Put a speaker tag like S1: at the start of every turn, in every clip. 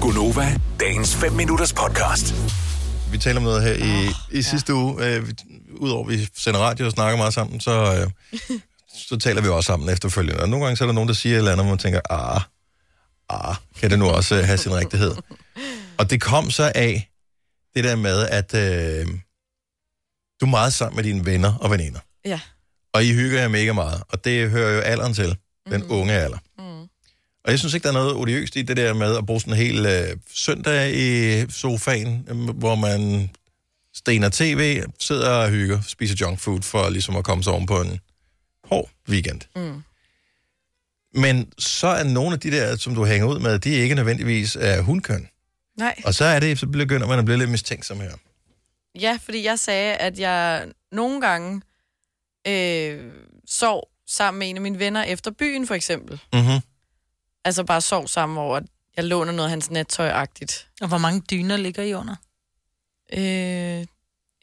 S1: Gunova, dagens 5 minutters podcast.
S2: vi taler om noget her i, i sidste uge. Øh, vi- Udover at vi sender radio og snakker meget sammen, så, øh, så taler vi også sammen efterfølgende. Og nogle gange så er der nogen, der siger et eller andet, og man tænker, ah, ah, kan det nu også øh, have sin rigtighed? Og det kom så af det der med, at øh, du er meget sammen med dine venner og veninder.
S3: Ja.
S2: Og I hygger jer mega meget, og det hører jo alderen til, den unge alder.
S3: Mm.
S2: Og jeg synes ikke, der er noget odiøst i det der med at bruge sådan en hel øh, søndag i sofaen, øh, hvor man stener tv, sidder og hygger, spiser junk food for ligesom at komme sig oven på en hård weekend.
S3: Mm.
S2: Men så er nogle af de der, som du hænger ud med, de er ikke nødvendigvis af hundkøn.
S3: Nej.
S2: Og så er det, så begynder man at blive lidt mistænksom her.
S3: Ja, fordi jeg sagde, at jeg nogle gange øh, sov sammen med en af mine venner efter byen, for eksempel.
S2: Mm-hmm.
S3: Altså bare sov sammen, hvor jeg låner noget af hans nattøj-agtigt.
S4: Og hvor mange dyner ligger I under?
S3: Øh,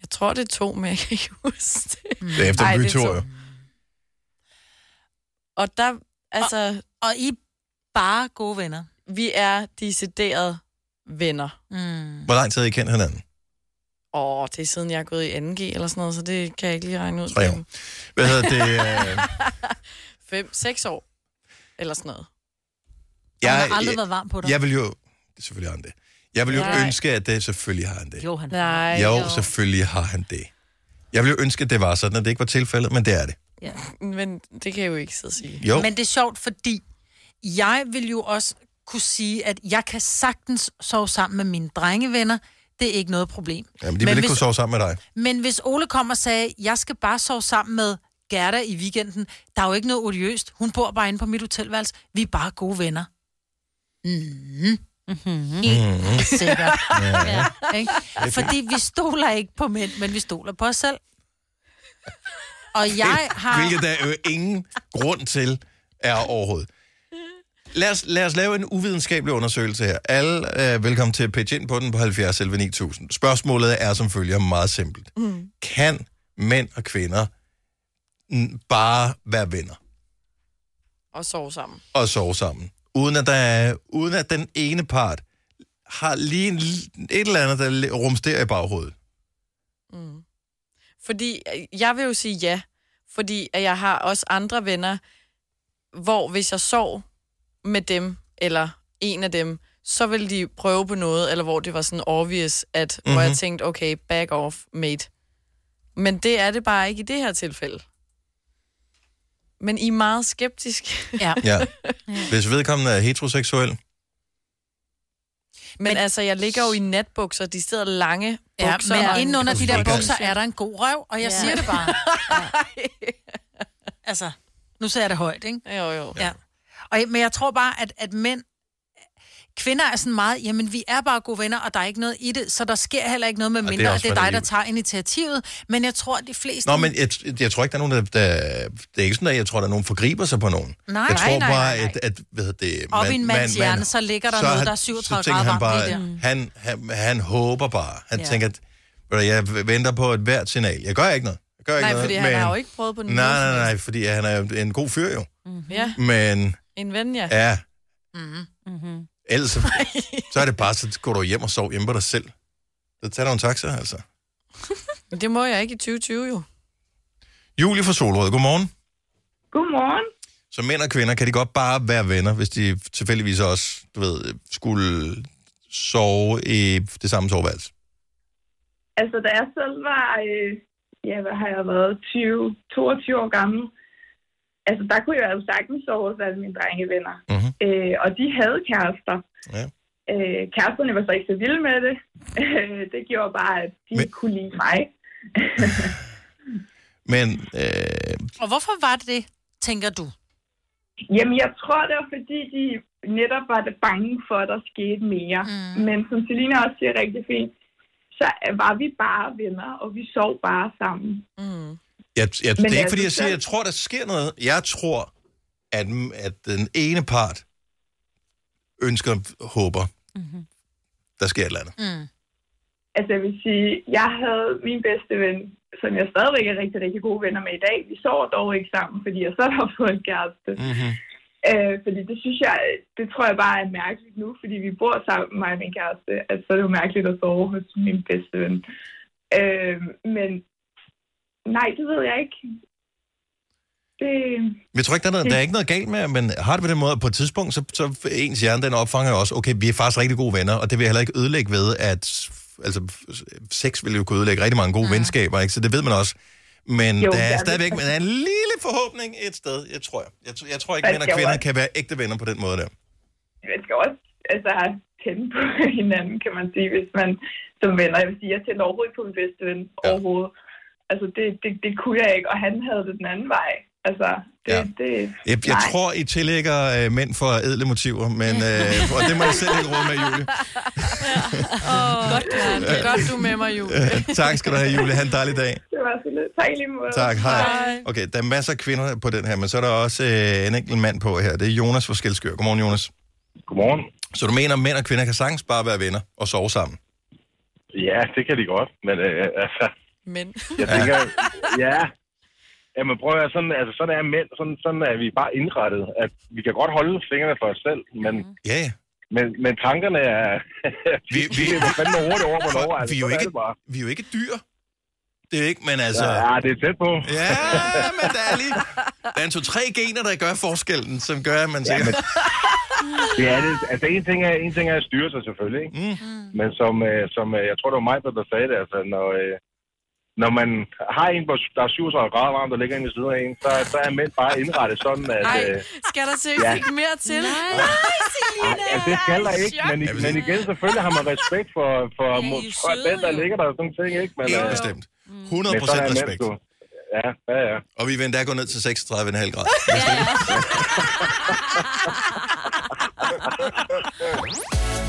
S3: jeg tror, det er to, men jeg kan ikke huske det.
S2: Det er efter
S3: Ej,
S2: en
S3: det er
S2: bytur,
S3: så-
S2: jo.
S3: Og der, altså,
S4: Og I er bare gode venner.
S3: vi er decideret venner.
S4: Mm.
S2: Hvor lang tid har I kendt hinanden?
S3: Åh, det er siden jeg er gået i 2G eller sådan noget, så det kan jeg ikke lige regne ud.
S2: Tre år. Hvad hedder det? Øh,
S3: Fem, seks år eller sådan noget.
S4: Jeg, han har aldrig jeg, været varm på dig.
S2: jeg vil jo... Selvfølgelig har han det. Jeg vil jo
S3: Nej.
S2: ønske, at det selvfølgelig har han det.
S4: jo, han
S3: Nej,
S2: Jo, selvfølgelig har han det. Jeg ville jo ønske, at det var sådan, at det ikke var tilfældet, men det er det.
S4: Ja.
S3: men det kan jeg jo ikke sidde og sige.
S2: Jo, men...
S4: Men det er sjovt, fordi jeg vil jo også kunne sige, at jeg kan sagtens sove sammen med mine drengevenner. Det er ikke noget problem.
S2: Jamen, de ville ikke
S4: hvis,
S2: kunne sove sammen med dig.
S4: men hvis Ole kom og sagde, jeg skal bare sove sammen med Gerda i weekenden, der er jo ikke noget oliøst. Hun bor bare inde på mit hotelværelse. Vi er bare gode venner. Mm. Mm-hmm. Helt sikkert. ja. Ikke? Fordi vi stoler ikke på mænd, men vi stoler på os selv. Og jeg har...
S2: Hvilket der jo ingen grund til er overhovedet. Lad os, lad os lave en uvidenskabelig undersøgelse her. Alle er velkommen til at pitche ind på den på 70 11 9000. Spørgsmålet er som følger meget simpelt. Mm. Kan mænd og kvinder mm, bare være venner?
S3: Og sove sammen.
S2: og sove sammen. Uden at, der er, uden at den ene part har lige en, l- et eller andet, der l- rumsterer i baghovedet.
S3: Fordi øh, jeg vil jo sige ja, fordi at jeg har også andre venner, hvor hvis jeg sov med dem, eller en af dem, så ville de prøve på noget, eller hvor det var sådan obvious, at mm-hmm. hvor jeg tænkte, okay, back off, mate. Men det er det bare ikke i det her tilfælde. Men I er meget skeptiske.
S4: Ja.
S2: Ja. Hvis vedkommende er heteroseksuel,
S3: Men, men altså, jeg ligger jo i natbukser, de steder lange
S4: Ja,
S3: bukser.
S4: men
S3: og-
S4: inden under de der
S2: Ikke-
S4: bukser er der en god røv, og jeg
S3: Ja.
S4: ja. siger det bare. Ja. Altså, nu ser jeg det højt, ikke?
S3: Jo, jo.
S4: Ja. Og, men jeg tror bare, at, at mænd... Kvinder er sådan meget, jamen vi er bare gode venner, og der er ikke noget i det, så der sker heller ikke noget med
S2: det er
S4: mindre, og
S2: også,
S4: det er
S2: hvad
S4: dig,
S2: der
S4: der
S2: er
S4: tager initiativet. Men jeg tror, at de fleste...
S2: Nå, men jeg, jeg tror ikke, der er nogen, der, der... Det er ikke sådan, at jeg tror, der er nogen, forgriber sig på nogen.
S4: Nej,
S2: jeg
S4: nej,
S2: tror
S4: nej,
S2: bare,
S4: nej, nej.
S2: at, at hvad hedder det,
S4: Op i en mands hjerne, så ligger der
S2: så
S4: noget,
S2: han-
S4: der er 37
S2: så tænker
S4: grader
S2: han bare,
S4: varmt lige
S2: han, han, han håber bare. Han ja.
S4: Ja.
S2: tænker, at ved du, jeg venter på et hvert signal. Jeg gør ikke noget. Jeg gør ikke
S3: Nej,
S2: noget,
S3: fordi han har jo ikke prøvet på noget.
S2: Nej,
S3: som
S2: nej,
S3: helst.
S2: nej, fordi han er jo en god fyr jo.
S3: Ja,
S2: Men
S3: en ven, ja.
S2: Ja. Mm-hmm. Ellers så, så er det bare, så går du hjem og sover hjemme på dig selv. Så tager du en taxa, altså.
S3: Men det må jeg ikke i 2020 jo.
S2: Julie fra Solrød, godmorgen.
S5: Godmorgen.
S2: Så mænd og kvinder, kan de godt bare være venner, hvis de tilfældigvis også, du ved, skulle sove i det samme soveværelse?
S5: Altså, da jeg selv var, øh, ja, hvad har jeg været, 20, 22 år gammel, altså, der kunne jeg jo sagtens sove hos alle mine drengevenner.
S2: Mhm.
S5: Øh, og de havde kærester.
S2: Ja.
S5: Øh, kæresterne var så ikke så vilde med det. Øh, det gjorde bare, at de
S2: Men-
S5: Men... kunne lide mig.
S2: Men, øh,
S4: Og hvorfor var det det, tænker du?
S5: Jamen, jeg tror, det var, fordi de netop var det bange for, at der skete mere.
S4: Mm.
S5: Men som Selina også siger rigtig fint, så øh, var vi bare venner, og vi sov bare sammen.
S3: Mm.
S2: jeg, jeg, det er ikke,
S5: altså,
S2: fordi jeg siger,
S5: så-
S2: jeg tror, der sker noget. Jeg tror, at, at den ene part ønsker, håber, mm-hmm. der sker et eller andet.
S4: Mm.
S5: Altså jeg vil sige, jeg havde min bedste ven, som jeg stadigvæk er rigtig, rigtig gode venner med i dag. Vi sover dog ikke sammen, fordi jeg så har fået en kæreste.
S2: Mm-hmm.
S5: Øh, fordi det synes jeg, det tror jeg bare er mærkeligt nu, fordi vi bor sammen, mig og min kæreste, at så er det jo mærkeligt at sove hos min bedste ven. Øh, men nej, det ved jeg ikke. Det,
S2: Men Jeg tror ikke, der er, noget, der er ikke noget galt med, men har det på den måde, at på et tidspunkt, så, så ens hjerne, den opfanger jo også, okay, vi er faktisk rigtig gode venner, og det vil jeg heller ikke ødelægge ved, at altså, sex vil jo kunne ødelægge rigtig mange gode mm. venskaber, ikke? så det ved man også. Men jo,
S5: Jo,
S2: der
S5: det
S2: er
S5: er
S2: stadigvæk
S5: det.
S2: men der er en lille forhåbning et sted, jeg tror jeg. Jeg, tr- Altså, jeg tror ikke,
S5: Der
S2: mænd og
S5: skal jo
S2: kvinder
S5: også-
S2: kan være ægte venner på den måde der.
S5: man skal også altså, tænde på hinanden, kan man sige, hvis man som venner. Jeg vil sige, jeg tænder overhovedet ikke på min bedste ven
S2: Ja.
S5: ja. overhovedet. Altså, det, det, det kunne jeg ikke, og han havde det den anden vej. Altså, det,
S2: Ja.
S5: ja. det,
S2: Jeg, jeg
S5: nej.
S2: tror, I tillægger øh, mænd for ædle motiver, men øh, og det må jeg selv ikke råd med, Julie.
S3: Oh, godt, du, ja. godt, du er med mig, Julie.
S2: Øh, tak skal du have, Julie. Ha' en dejlig dag.
S5: Det var så lidt. Tak i lige måde.
S2: Tak, hej.
S3: Hej.
S2: Okay, der er masser af kvinder på den her, men så er der også øh, en enkelt mand på her. Det er Jonas fra Skelskør. Godmorgen, Jonas.
S6: Godmorgen.
S2: Så du mener, at mænd og kvinder kan sagtens bare være venner og sove sammen?
S6: Ja, det kan de godt, men øh, altså,
S3: Men
S6: jeg tænker, ja, jamen prøv at høre, sådan, altså, sådan er mænd, sådan, sådan er vi bare indrettet, at vi kan godt holde fingrene for os selv, men,
S2: Ja, ja.
S6: men, men tankerne er, vi,
S2: Vi-
S6: vi,
S2: vi-
S6: er fandme hurtigt over, hvornår, altså,
S2: vi, er jo
S6: sådan
S2: ikke,
S6: er det bare.
S2: vi er jo ikke dyr. Det er jo ikke, men altså...
S6: Ja, det er tæt på.
S2: Ja, men der er lige... Der er en to-tre gener, der gør forskellen, som gør, at man siger...
S6: men- Ja, det, altså en ting, er, en ting er at styre sig selvfølgelig, ikke?
S2: Mm.
S6: men som, øh, som øh, jeg tror, det var mig, der sagde det, altså når, øh, når man har en, hvor der er 37 grader varmt, der ligger inde ved siden af en, så, så er mænd bare indrettet sådan, at...
S3: ej,
S6: Øh,
S3: skal der seriøst
S6: ja.
S3: ikke mere til?
S6: Ej, altså, det skal der ikke, men,
S2: Jamen,
S6: men igen, selvfølgelig har man respekt for, for,
S4: Ja, I
S6: for,
S4: er
S6: for
S4: søde,
S6: den, der
S4: jo.
S6: ligger der og sådan ting, ikke? Men,
S2: Helt
S6: øh,
S2: bestemt. 100%
S6: men sådan er mænd,
S2: respekt.
S6: du. Ja, ja, ja.
S2: Og vi vil endda gå ned til 36,5 grader.